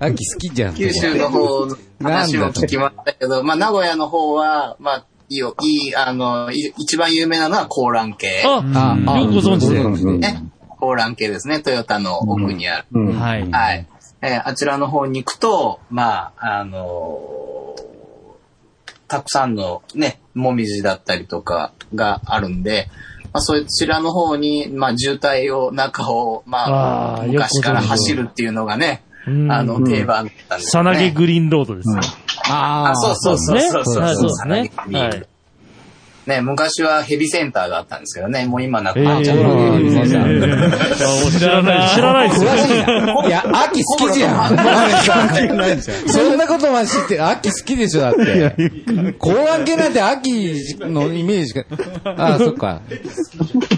秋好きじゃん。
九州の方の話も聞きましたけど、まあ、名古屋の方は、まあ、いいよ、いい、あの、い一番有名なのは高蘭系。
あ、
あ、あ
よくご存知で
ね。高蘭系ですね。トヨタの奥にある。
はい。
はい。えーあちらの方に行くと、まあ、あのーたくさんのね、もみじだったりとかがあるんで、まあ、そちらの方に、まあ、渋滞を、中を、まあ、
あー
昔から
よくご存知
走るっていうのがね、
うん
あの、定番だったんです
さ
よね。
なぎグリーンロードですね。
あ
あ、そうそうそう
ね。
そうそう
はい、そう
さなぎ
で
グ
す
リ
ね。
ーン
はい。
ね、昔はヘビセンターがあったんですけどね、もう今なく
え
なっ
ー
ちゃった。
知らない。知らないですよ。
いや、秋好きじゃん。 そんなことは知ってる。秋好きでしょ、だって。公安系なんて秋のイメージが。ああ、そっか。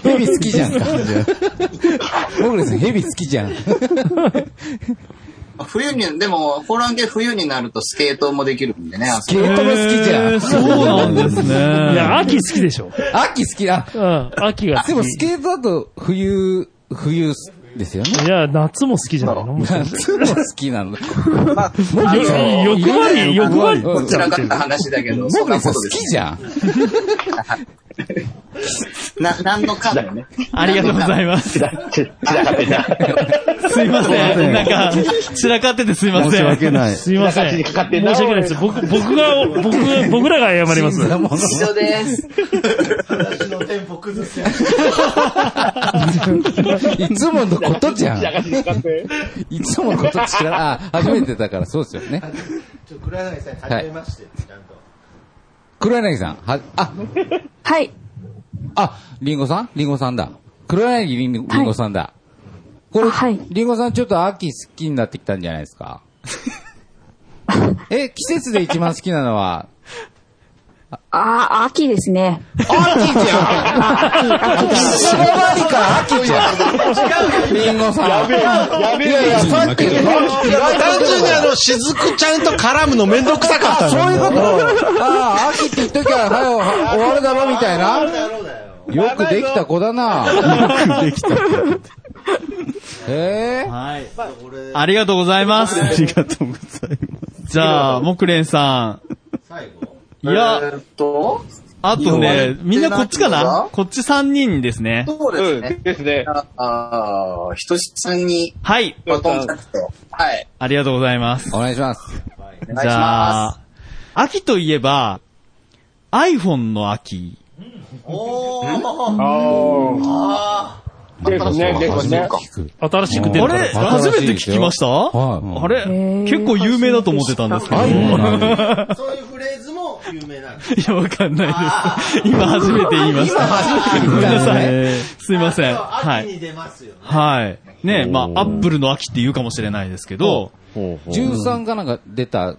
ヘビ好き じゃんか。僕ですね、ヘビ好きじゃん。
冬に、でも、ホラン系冬になるとスケートもできるんでね、あそこ
ゲートも好きじゃ
えー
ん。
そうなんです
い
ね。
や、秋好きでしょ。
秋好きだ。
うん、秋が
で
好
も
き。
スケートだと冬、冬ですよね。
いや、夏も好きじゃないの
夏も好きなの。
まあ、
も
あの
よ欲張り、欲張りっ
こ
ぽっ
散
ちゃ
ら
っ
か
て
っ
る
た話だけど、そん
僕
な
さん
こ
好
とです
きじゃん。
な、何のかだね。
ありがとうございます。すいません。なんか、散らかっててすいません。
申し訳ないすいません
申し訳
申し訳ないです。僕、僕が、僕が、僕らが謝ります。
一緒です。
私のテンポ崩すや
いつものことじゃん。いつものこと知らない。あ、初めてだからそうですよね。
つ。黒柳さん、はじめまして、ちゃんと。
黒柳さん、は、あ、
はい。
あ、リンゴさんリンゴさんだ。黒柳リンゴリンゴさんだ。これ、リンゴさんちょっと秋好きになってきたんじゃないです かえ、季節で一番好きなの は、
あ、秋ですね。
その周りか、秋じゃん。リンゴさん。
やべえやべえ
いやいや、さっきの。
単純にあの、しずくちゃんと絡むのめんどくさかったの。そういう
ことああ、秋って言っときゃ、はよ、終わるだろ、みたいな。よくできた子だな。よくできた へえ。
はい。ありがとうございます。ありがとうございます。じゃあ、木蓮さん。いや、
と、
あとね、みんなこっちか
いや
なこっち3人ですね。
そうですね。ですね。ああ、ひとしさんに、
はい。
バトンタクト。はい。
ありがとうございます。
お願いします。
じ
お願いし
ゃ
ま
あ、秋といえば、iPhone の秋。
お
あー。ですね、ですね。
新しく出
あ
る
れ
から
初めて聞きましたあれ結構有名だと思ってたんですけど。
そういうフレーズも有名なんです。
いや、わかんないです。今初めて言いました。
今初めて言
ご
っ
めん
た
な
の
さ
ね
い。すいません。は
秋に
い。
出ますよ。
はい。ね、まあ、アップルの秋って言うかもしれないですけど、
13かなんか出た。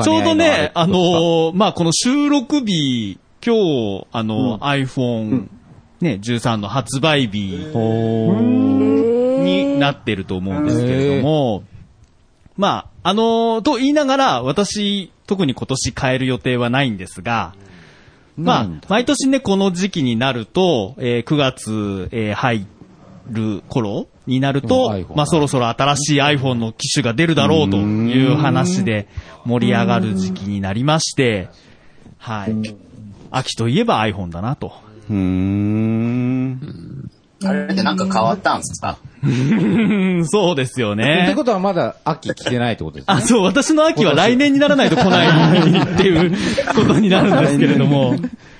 ちょうどね、あのー、まあ、この収録日、今日、あの、iPhone、ね、13の発売日になってると思うんですけれども、まあ、あのー、と言いながら、私、特に今年変える予定はないんですが、まあ、毎年ね、この時期になると、えー9月、えー入る頃になると、まあ、そろそろ新しい iPhone の機種が出るだろうという話で盛り上がる時期になりまして、はい。秋といえば iPhone だなと。うん。
あれってなんか変わったんですか
そうですよね。
ってことはまだ秋来てないってことですね。
あ、そう、私の秋は来年にならないと来ないっていうことになるんですけれども、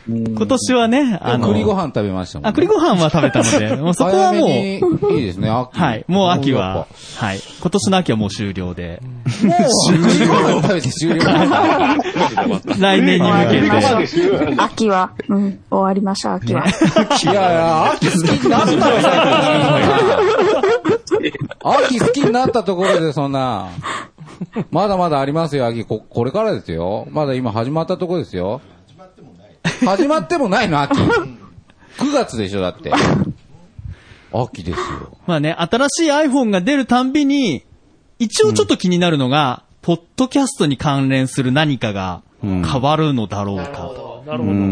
今年はね、あの、
栗ご飯食べましたもん
あ、栗ご飯は食べたの で、もうそこはもう、
早めにいいですね、秋。
はい、もう秋は、はい、今年の秋はもう終了で、
も う、栗ご飯食べて終了。
来年に向けて。
秋は、うん、終わりました、秋は。
いやいや、秋好きになったら秋好きになったところでそんな、まだまだありますよ、秋。こ、これからですよ。まだ今始まったとこですよ。始まってもない。始まってもないの、秋。9月でしょ、だって。秋ですよ。
まあね、新しい iPhone が出るたんびに、一応ちょっと気になるのが、ポッドキャストに関連する何かが変わるのだろうかと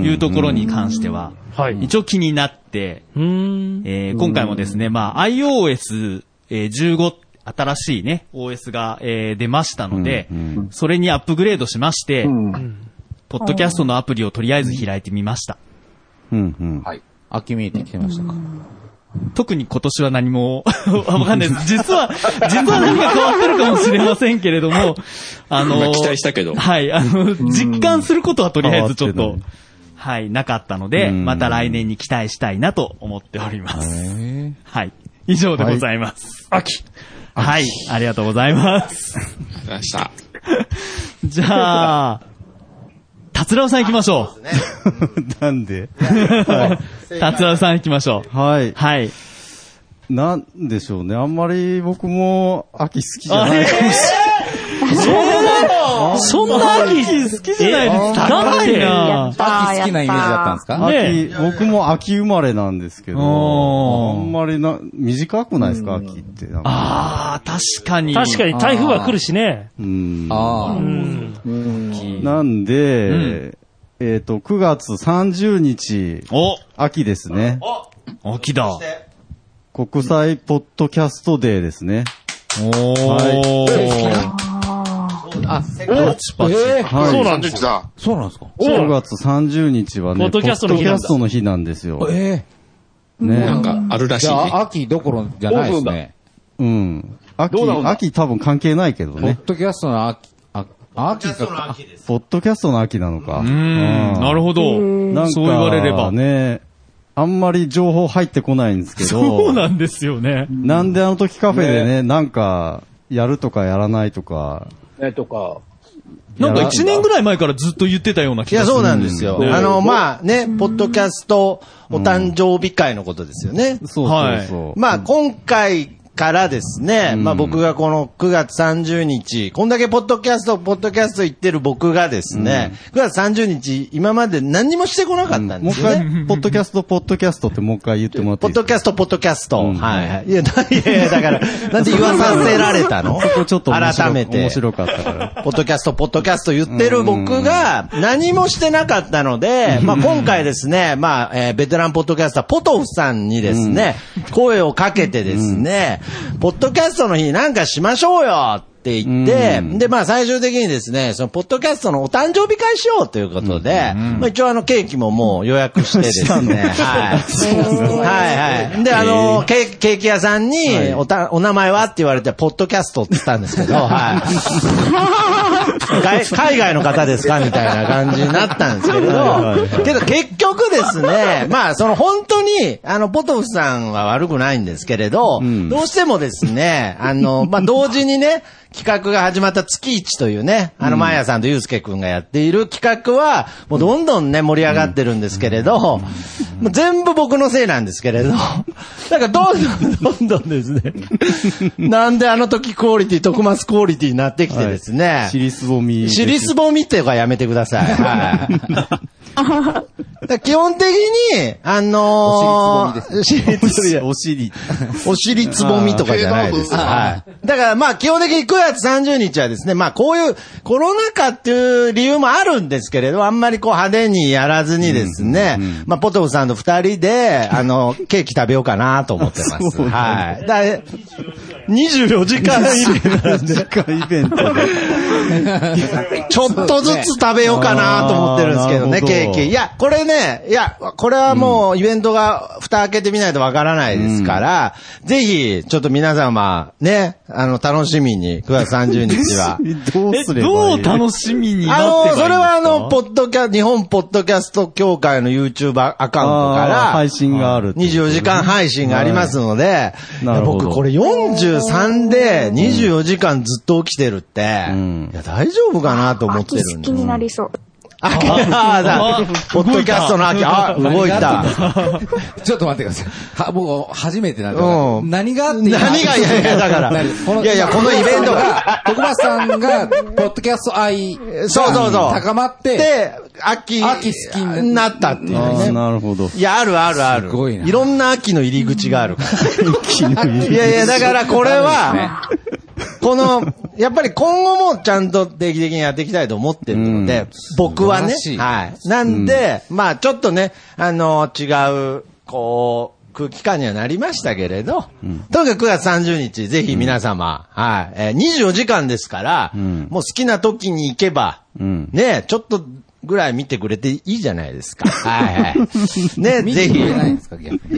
いうところに関しては、一応気になって、えー今回もですね、まあ iOS15、えー15新しいね、OS が、えー出ましたので、それにアップグレードしまして、ポッドキャストのアプリをとりあえず開いてみました。
うん、うん。はい。秋見えてきてましたか。
特に今年は何も、 わかんないです。実は、実は何か変わってるかもしれませんけれど も、あの
まあ、期待したけど
はい、あの、実感することはとりあえずちょっと、はい、なかったので、
うん
また来年に期待したいなと思っております。はい、以上でございます。秋。はい、ありがとうございます。じゃあ、達郎さん行きましょう。なんで達郎さん行きましょう。
はい。
はい。
なんでしょうね。あんまり僕も秋好きじゃないかもし
そんな秋好きじゃないですか高いな
秋好きなイメージだったんですか
秋、僕も秋生まれなんですけど、あんまりな、短くないですか、秋って。
ああ、確かに
確かに台風は来るしね。
うん。
あ
なんで、えっ、と、9月30日、秋ですね。
秋だ。
国際ポッドキャストデーですね。
おー。
あ、
パチパチはい
そうなんですか。
そうなんですか
おう
?5 月30日はね、
ポ
ポ
ッ
ッ
ド
ド
キ
キ
ャ
ャ
ストの日なんだ
ストの日なんですよ。
え
えねなんかあるらしいね
じゃあ、秋どころじゃないですね。
うん。秋
どうなるん、だ
秋多分関係ないけど
ポ
ね
ッ。ドキャストの秋、あ秋か。
ポッドキャストの秋なのか。うん
なるほど
なんか、
そう言われれば
ね、あんまり情報入ってこないんですけ
そう
ど、
なんですよね。
なんであの時カフェでね、なんか、やるとかやらないとか。
ね、とか。
なんか一年ぐらい前からずっと言ってたような気
い
が
や、
する。
そうなんですよ。あの、まあね、ポッドキャストお誕生日会のことですよね。
そうそうそうはい
まあ、今回からですね、まあ僕がこの9月30日、こんだけポッドキャスト、ポッドキャスト言ってる僕がですね、9月30日、今まで何にもしてこなかったん
も
で
う
す
一
よね。
回、ポッドキャスト、ポッドキャストってもう一回言ってもらってい
ポッ
いです
ドキャスト、ポッドキャスト。はいはい。いや、 だいやいやだから、なんで言わさせられたの
そこちょっと面白
改めて。
面白かったから。
ポッドキャスト、ポッドキャスト言ってる僕が何もしてなかったので、まあ今回ですね、まあ、えーベテランポッドキャスター、ポトフさんにですね、声をかけてですね、ポッドキャストの日なんかしましょうよって言って、で、まあ最終的にですね、そのポッドキャストのお誕生日会しようということで、まあ一応あのケーキももう予約して ですね、はい。はいはい。で、あの、ケーキケーキ屋さんに、おた、お名前はって言われて、ポッドキャストって言ったんですけど、 はい。外海外の方ですかみたいな感じになったんですけれ
はいはい
ど、けど結局ですね、まあその本当に、あの、ポトフさんは悪くないんですけれど、どうしてもですね、あの、まあ同時にね、企画が始まった月一というね、あの、マーヤさんとユうスケくんがやっている企画は、もうどんどんね、盛り上がってるんですけれど、もう全部僕のせいなんですけれど、なんかどんどんどんどんです ね、なんであの時クオリティ、特マスクオリティになってきてですね、
尻すぼみ。
尻すぼみっていうかやめてください。 はい。だ基本的に、あのー、お尻つぼみ
お尻。
お尻つぼみとかじゃないです。
あー
はい。だからまあ基本的に9月30日はですね、まあこういうコロナ禍っていう理由もあるんですけれど、あんまりこう派手にやらずにですね、まあポトフさんと二人で、あの、ケーキ食べようかなと思ってます。
そう
はい。だから24時間イベントなんで。 ちょっとずつ食べようかなと思ってるんですけどね、
あーなる
ケ
ほど
ーキ。いや、これね、いや、これはもうイベントが蓋開けてみないとわからないですから、ぜひ、ちょっと皆様、ね、あの、楽しみに、9月30日 は。
どう
すればいい
どう楽しみに
あ
待って
の、
ばい
そ
いんですか
れはあの、ポッドキャ、日本ポッドキャスト協会の YouTube アカウントから、
あー配信がある。
24時間配信がありますので、
なるほど
僕これ43で24時間ずっと起きてるって、いや大丈夫かなと思ってるんで
気になりそう。
あだポッドキャストの秋、あ、動いた。
ちょっと待ってください。は、僕、初めてなんだから何があって
何がいや いやだからいやいやこのイベントが、
徳松さんが、ポッドキャスト愛が
そうそうそう
高まって、
で、秋、
秋好きに
なったっていう
ああ、
ね。
なるほど。
いや、あるあるある。
すご
いろんな秋の入り口がある から。い
い
やいや、だからこれは、この、やっぱり今後もちゃんと定期的にやっていきたいと思ってるので、僕はね
素晴らしい、
はい。なんで、まあちょっとね、あの、違う、こう、空気感にはなりましたけれど、とにかく9月30日、ぜひ皆様、はい、えー24時間ですから、もう好きな時に行けば、ね、ちょっとぐらい見てくれていいじゃないですか。はいはい。ね、ぜひ。い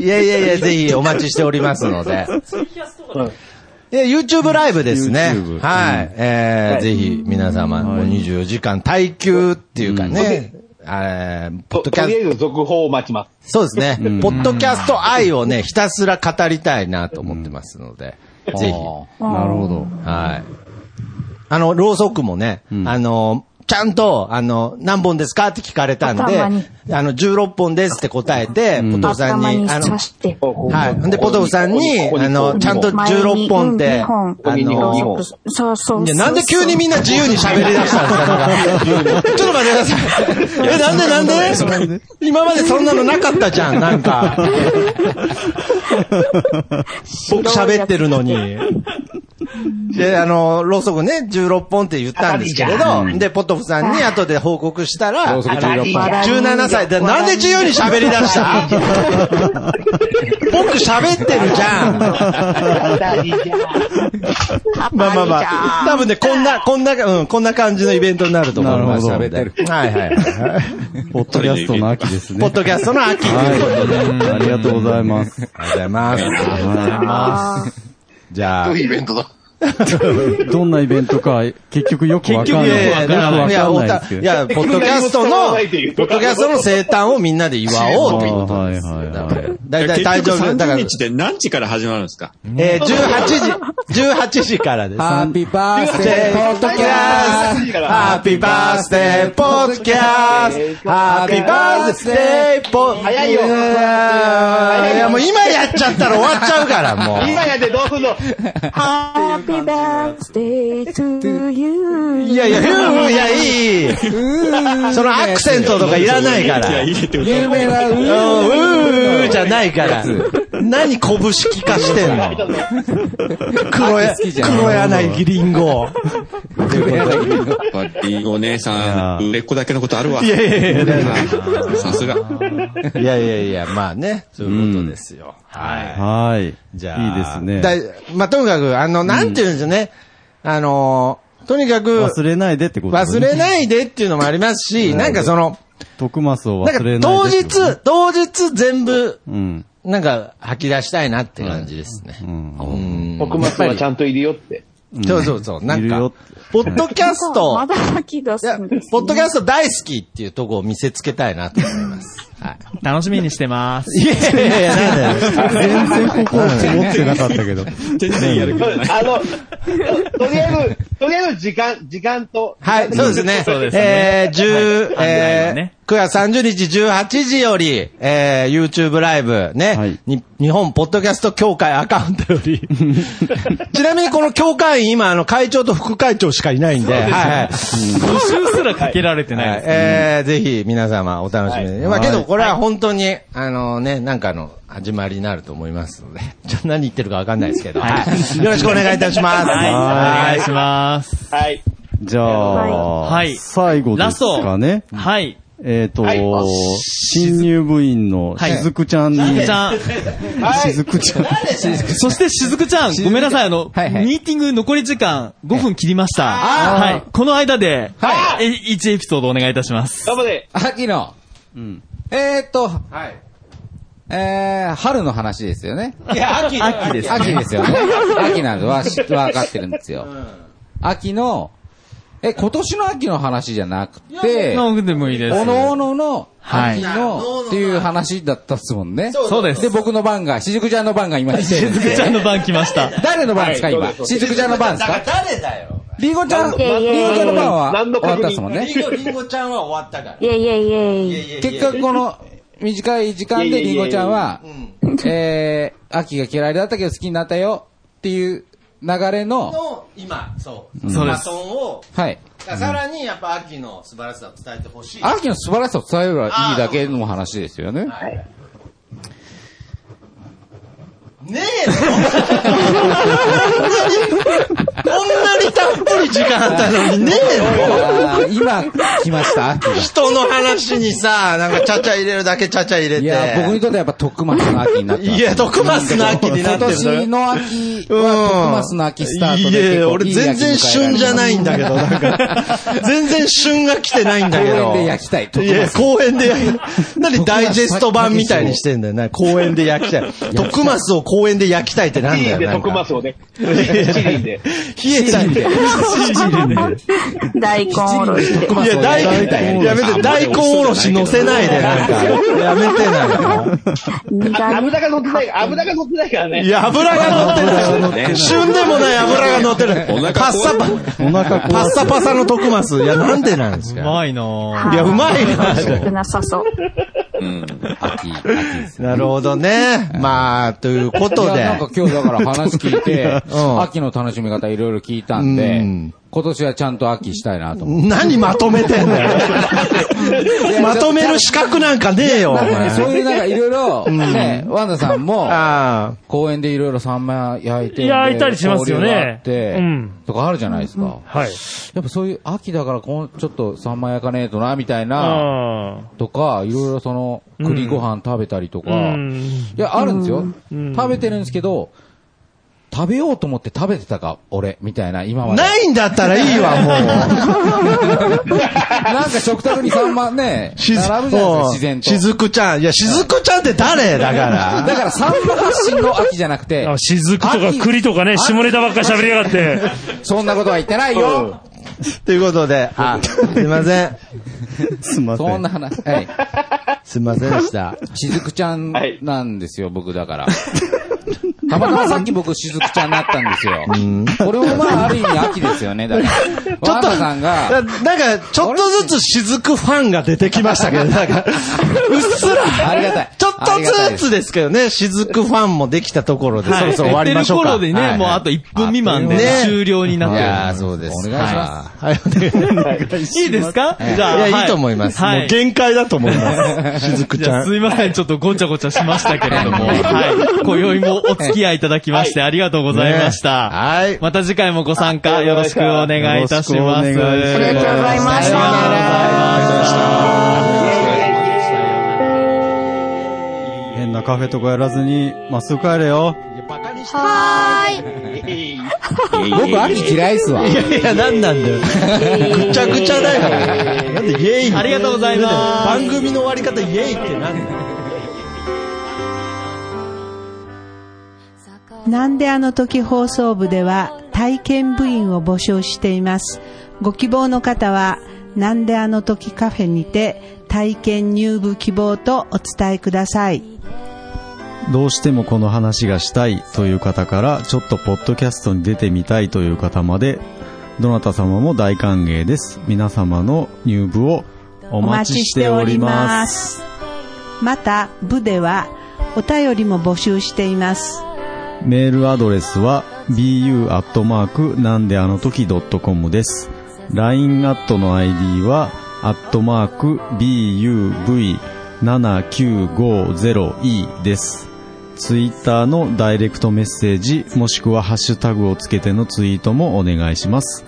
やいやいや、ぜひお待ちしておりますの で。で、YouTube ライブですね。
YouTube
はい。えーぜひ、皆様、もう24時間耐久っていうかね、えーポッドキャ
とりあえ
ス
ず続報を待ちます。
ト、そうですね、ポッドキャスト愛をね、ひたすら語りたいなと思ってますので、
うん
ぜひ。
あーなるほど
はい。あの、ろうそくもね、あの、ちゃんと、あの、何本ですかって聞かれたんで、
頭に
あの、16本ですって答えて、ポトフさん
頭
に、
に
あ
刺
の、
して。
はい。で、ポトフさんに、あの、ちゃんと16本って、あ
前にうん二
の、
本そうそう。
いや、なんで急にみんな自由に喋り出したんですかなんかちょっと待ってください。え、なんでなんで今までそんなのなかったじゃん、なん か。僕喋ってるのに。で、あの、ろうそくね、16本って言ったんですけれ
当たり
ど
じゃ、ん
で、ポトフさんに後で報告したら、
ろうそく16本
17歳。でなんで自由に喋り出 した僕喋ってるじゃん。まあまあまあ、多分ね、こんな、こんな、うん、こんな感じのイベントになると思います。
なるほど喋って
る。はいはいはい。
ポッドキャストの秋ですね。
ポッドキャストの秋ということで。
ありがとうございます。
ありがとうございます。ありがとうございます。じゃあ。
どういうイ
ベントだ
どんなイベントか、結局よくわかんない。よくわかん
いや、お
ないで
た
すけど。
いや、ポッドキャストの、ポッドキャストの生誕をみんなで祝おうということ
はいはい
はい。
だ
大
い
体
た
誕
い
生日だか
30
ら
日って何時から始まるんですか
えー、18時、18時からです。ハッピーバ
ースデーポッドキャスト
ハッピーバースデーポッドキャストハッピーバースデーポッドキャスト
早いよ
いや、もう今やっちゃったら終わっちゃうから、もう。
今やってどうすんの
Happy birthday to you.
いやいや、うん、いや、いい。そのアクセントとかいらないから。
いやいいって
有名な、うー、うー、じゃないから。何拳化してんの黒や、黒柳りんご。
やっぱりお姉さん、売れっ子だけのことあるわ。
いやいやいや大
さすが。
いやいやいや、まあね、そういうことですよ。はい。
はい。
じゃ
いいですね。
だいまあ、とにかく、あの、なんていうんですね。あのー、とにかく、
忘れないでってこと
忘れないでっていうのもありますし、なんかその、、
徳マスを
なん
忘れないで
か
ってこと。
当日、当日全部、
うん。
なんか吐き出したいなって感じですね。うん
奥松はちゃんといるよって。
そうそうそう。なん
いる
か
よ、
ポッドキャスト、
まだ吐き出すんです、ね。
ポッドキャスト大好きっていうとこを見せつけたいなと思います。
楽しみにしてます。
いやいやいや、なんだよ。
全然ここを持ってなかったけど。
全然やる気ない。
あの、ととりあえず、とりあえず時間、時間と。
はい、 そうですね。
そうですね
えー、10、
はい
え
あ
ー
のね
9月30日18時より、えー、YouTube ライブね、に日本ポッドキャスト協会アカウントよ り。ちなみにこの協会員、今、あの、会長と副会長しかいないんで、はいはい。
募集すらかけられてないですね。
えー、ぜひ皆様お楽しみに。
はい
まあけどこれは本当に、あのね、なんかの始まりになると思いますので、 ちょっと何言ってるかわかんないですけど、はいよろしくお願いいたします。
はい。お願いします。
はい。
じゃあ、
はい
最後ですかね。
はい。
えっ、と、
はい
新入部員の
はい
しずくちゃんに、
しずくちゃん。
しずくちゃん。
そして、しずくちゃん、ごめんなさい、あの、ミーティング残り時間5分切りました。
あー
はい。この間で、え1エピソードお願いいたします。
頑張れ。
秋の。えーっと、えー、春の話ですよね。
いや秋
秋です。秋ですよね。秋なんでわしわかってるんですよ。秋の、え、今年の秋の話じゃなくて、
ノンで もいいです。
おのおのの
はい
秋のっていう話だったっすもんね。
そうです
で、僕の番が、しずくちゃんの番が今来て
し
るん
ずく
で
ち。ゃんの番来ました。
誰の番ですか、
はい
今。
そうです
しずくちゃんの番ですか
誰だよ。
リンゴちゃん、リンゴちゃんの番は終わったっすもんね。
リンゴちゃんは終わったか
イ
ら。
ェイイェイイェイ。
結果この短い時間でりんごちゃんは、えー、秋が嫌いだったけど好きになったよっていう流れの、
の、今、そう。
そうです
バトンを、
はい。
だからさらにやっぱ秋の素晴らしさを伝えてほしい。
秋の素晴らしさを伝えればいいだけの話ですよね。
ねえのこんなにたっぷり時間あったの にねえの
あー今来ました、秋が。
人の話にさ、なんかちゃちゃ入れるだけちゃちゃ入れて。
いや、僕にとってはやっぱ徳松の秋になってます。
いや徳松の秋になっ
今
てる
年の秋は徳松の秋スタートで結構いい秋迎えられて
いや
ます。
俺全然旬じゃないんだけど、なんか。全然旬が来てないんだけど。
公園で焼きたい徳
い
松
や、公園で焼き、何ダイジェスト版みたいにしてんだよな。公園で焼きたい。徳松を公園で焼きたいってなんだ
チリン
よ。
で
なん
徳
か
マスをね。チリンで。
冷えちゃうんだよ。
大根おろしで。
いや、大根、やめて、大根おろし乗せないで、なんか。やめてなんか。
あ油が乗ってない、油が乗ってないからね。
いや、油が乗ってない。旬でもない油が乗ってる。
お腹
パッサパ、
お腹壊
パッ
す
サパサの徳松。いや、なんでなんです
う
か。
まいなぁ。
いや、うまいな。
少なさそう。
うん。
秋、秋です。
なるほ どね。まあ、というこ
い
と
や
で。
なんか今日だから話聞い て、
うん
秋の楽しみ方いろいろ聞いたんで、
うん
今年はちゃんと秋したいなと思って。
何まとめてんだよ。ままとめる資格なんかねえよ。お
なんかね
前
そういうなんかいろいろ、
うん
ね、ワンダさんも、公園でいろいろサンマ焼いてんで、
焼いたりしますよ
交
ね
流があって
うん
とかあるじゃないですか。
はい。
やっぱそういう秋だからこう、ちょっとサンマ焼かねえとな、みたいな、とか、いろいろその、栗ご飯食べたりとか、
うん
いや、あるんですよ。
うん
食べてるんですけど、食べようと思って食べてたか、俺、みたいな、今まで。
ないんだったらいい わ、もう。
なんか食卓にサンマね、
しず
並ぶじゃないですか、自然と。
しずくちゃん。いや、しずくちゃんって誰だか ら。
だから、サンマ発信の秋じゃなくて、
しずくとか栗とかね、下ネタばっか り喋りやがって。
そんなことは言ってないよ。
ということで、すいません。すいません。
そんな話、はい。
すいませんでした。
しずくちゃんなんですよ、僕だ から。たまたまさっき僕、しずくちゃんになったんですよ。これもまあ、ある意味秋ですよね、だから。ちょっ
ちょっと、
さんが、
ななんか、ちょっとずつ雫ファンが出てきましたけど、なんか、うっすら、
ありがたい
ちょっ
ありがたい
と
で
ずつですけどね、雫ファンもできたところで、
はい
そろそろ終わりましょうか。
やってる頃でねもうあと一分未満で終了になってる
いやーそうです。
お願いしま
はい。はいお願いします
いいですか
はい
じゃあはい
いや、いいと思います。
はい
もう限界だと思います。雫ち
じゃ
ゃ
あ
ん。
すいません、ちょっとごちゃごちゃしましたけれども、 はい。今宵もお付き合いいただきましてありがとうございました。はい。また次回もご参加よろしくお願いいたします。ありがとうございました。
変なカフェとかやらずに、まっすぐ帰れよ。
はーい。
僕秋嫌いっすわ
いやいや、なんなんだよ。ぐちゃぐちゃだよ。なんでイエイって
ありがとうございます
番組の終わり方イエイってなんだよ。
なんであの時放送部では体験部員を募集しています。ご希望の方は、なんであの時カフェにて体験入部希望とお伝えください。
どうしてもこの話がしたいという方から、ちょっとポッドキャストに出てみたいという方まで、どなた様も大歓迎です。皆様の入部をお待ちしております。
す。また、部ではお便りも募集しています。
メールアドレスは bu アットマークなんであの時 .com です。LINE アットの ID はアットマーク buv7950e です。ツイッターのダイレクトメッセージもしくはハッシュタグをつけてのツイートもお願いします。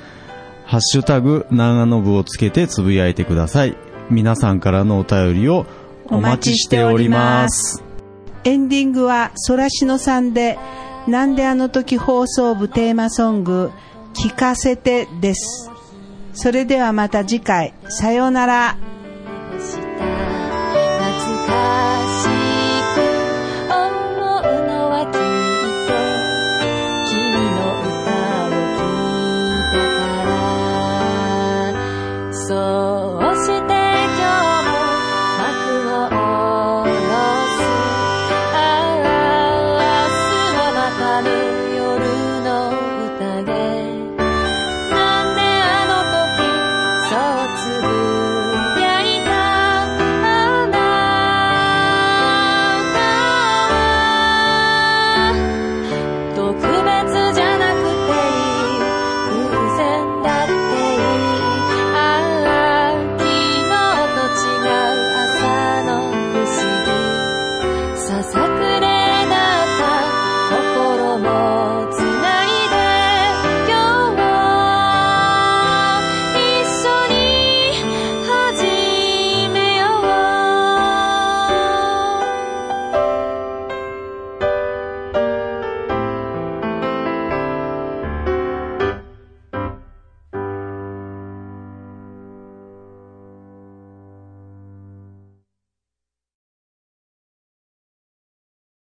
ハッシュタグ長野部をつけてつぶやいてください。皆さんからのお便りをお待ちしております。
エンディングはソラシノさんで、なんであの時放送部テーマソング、聞かせてです。それではまた次回、さようなら。
「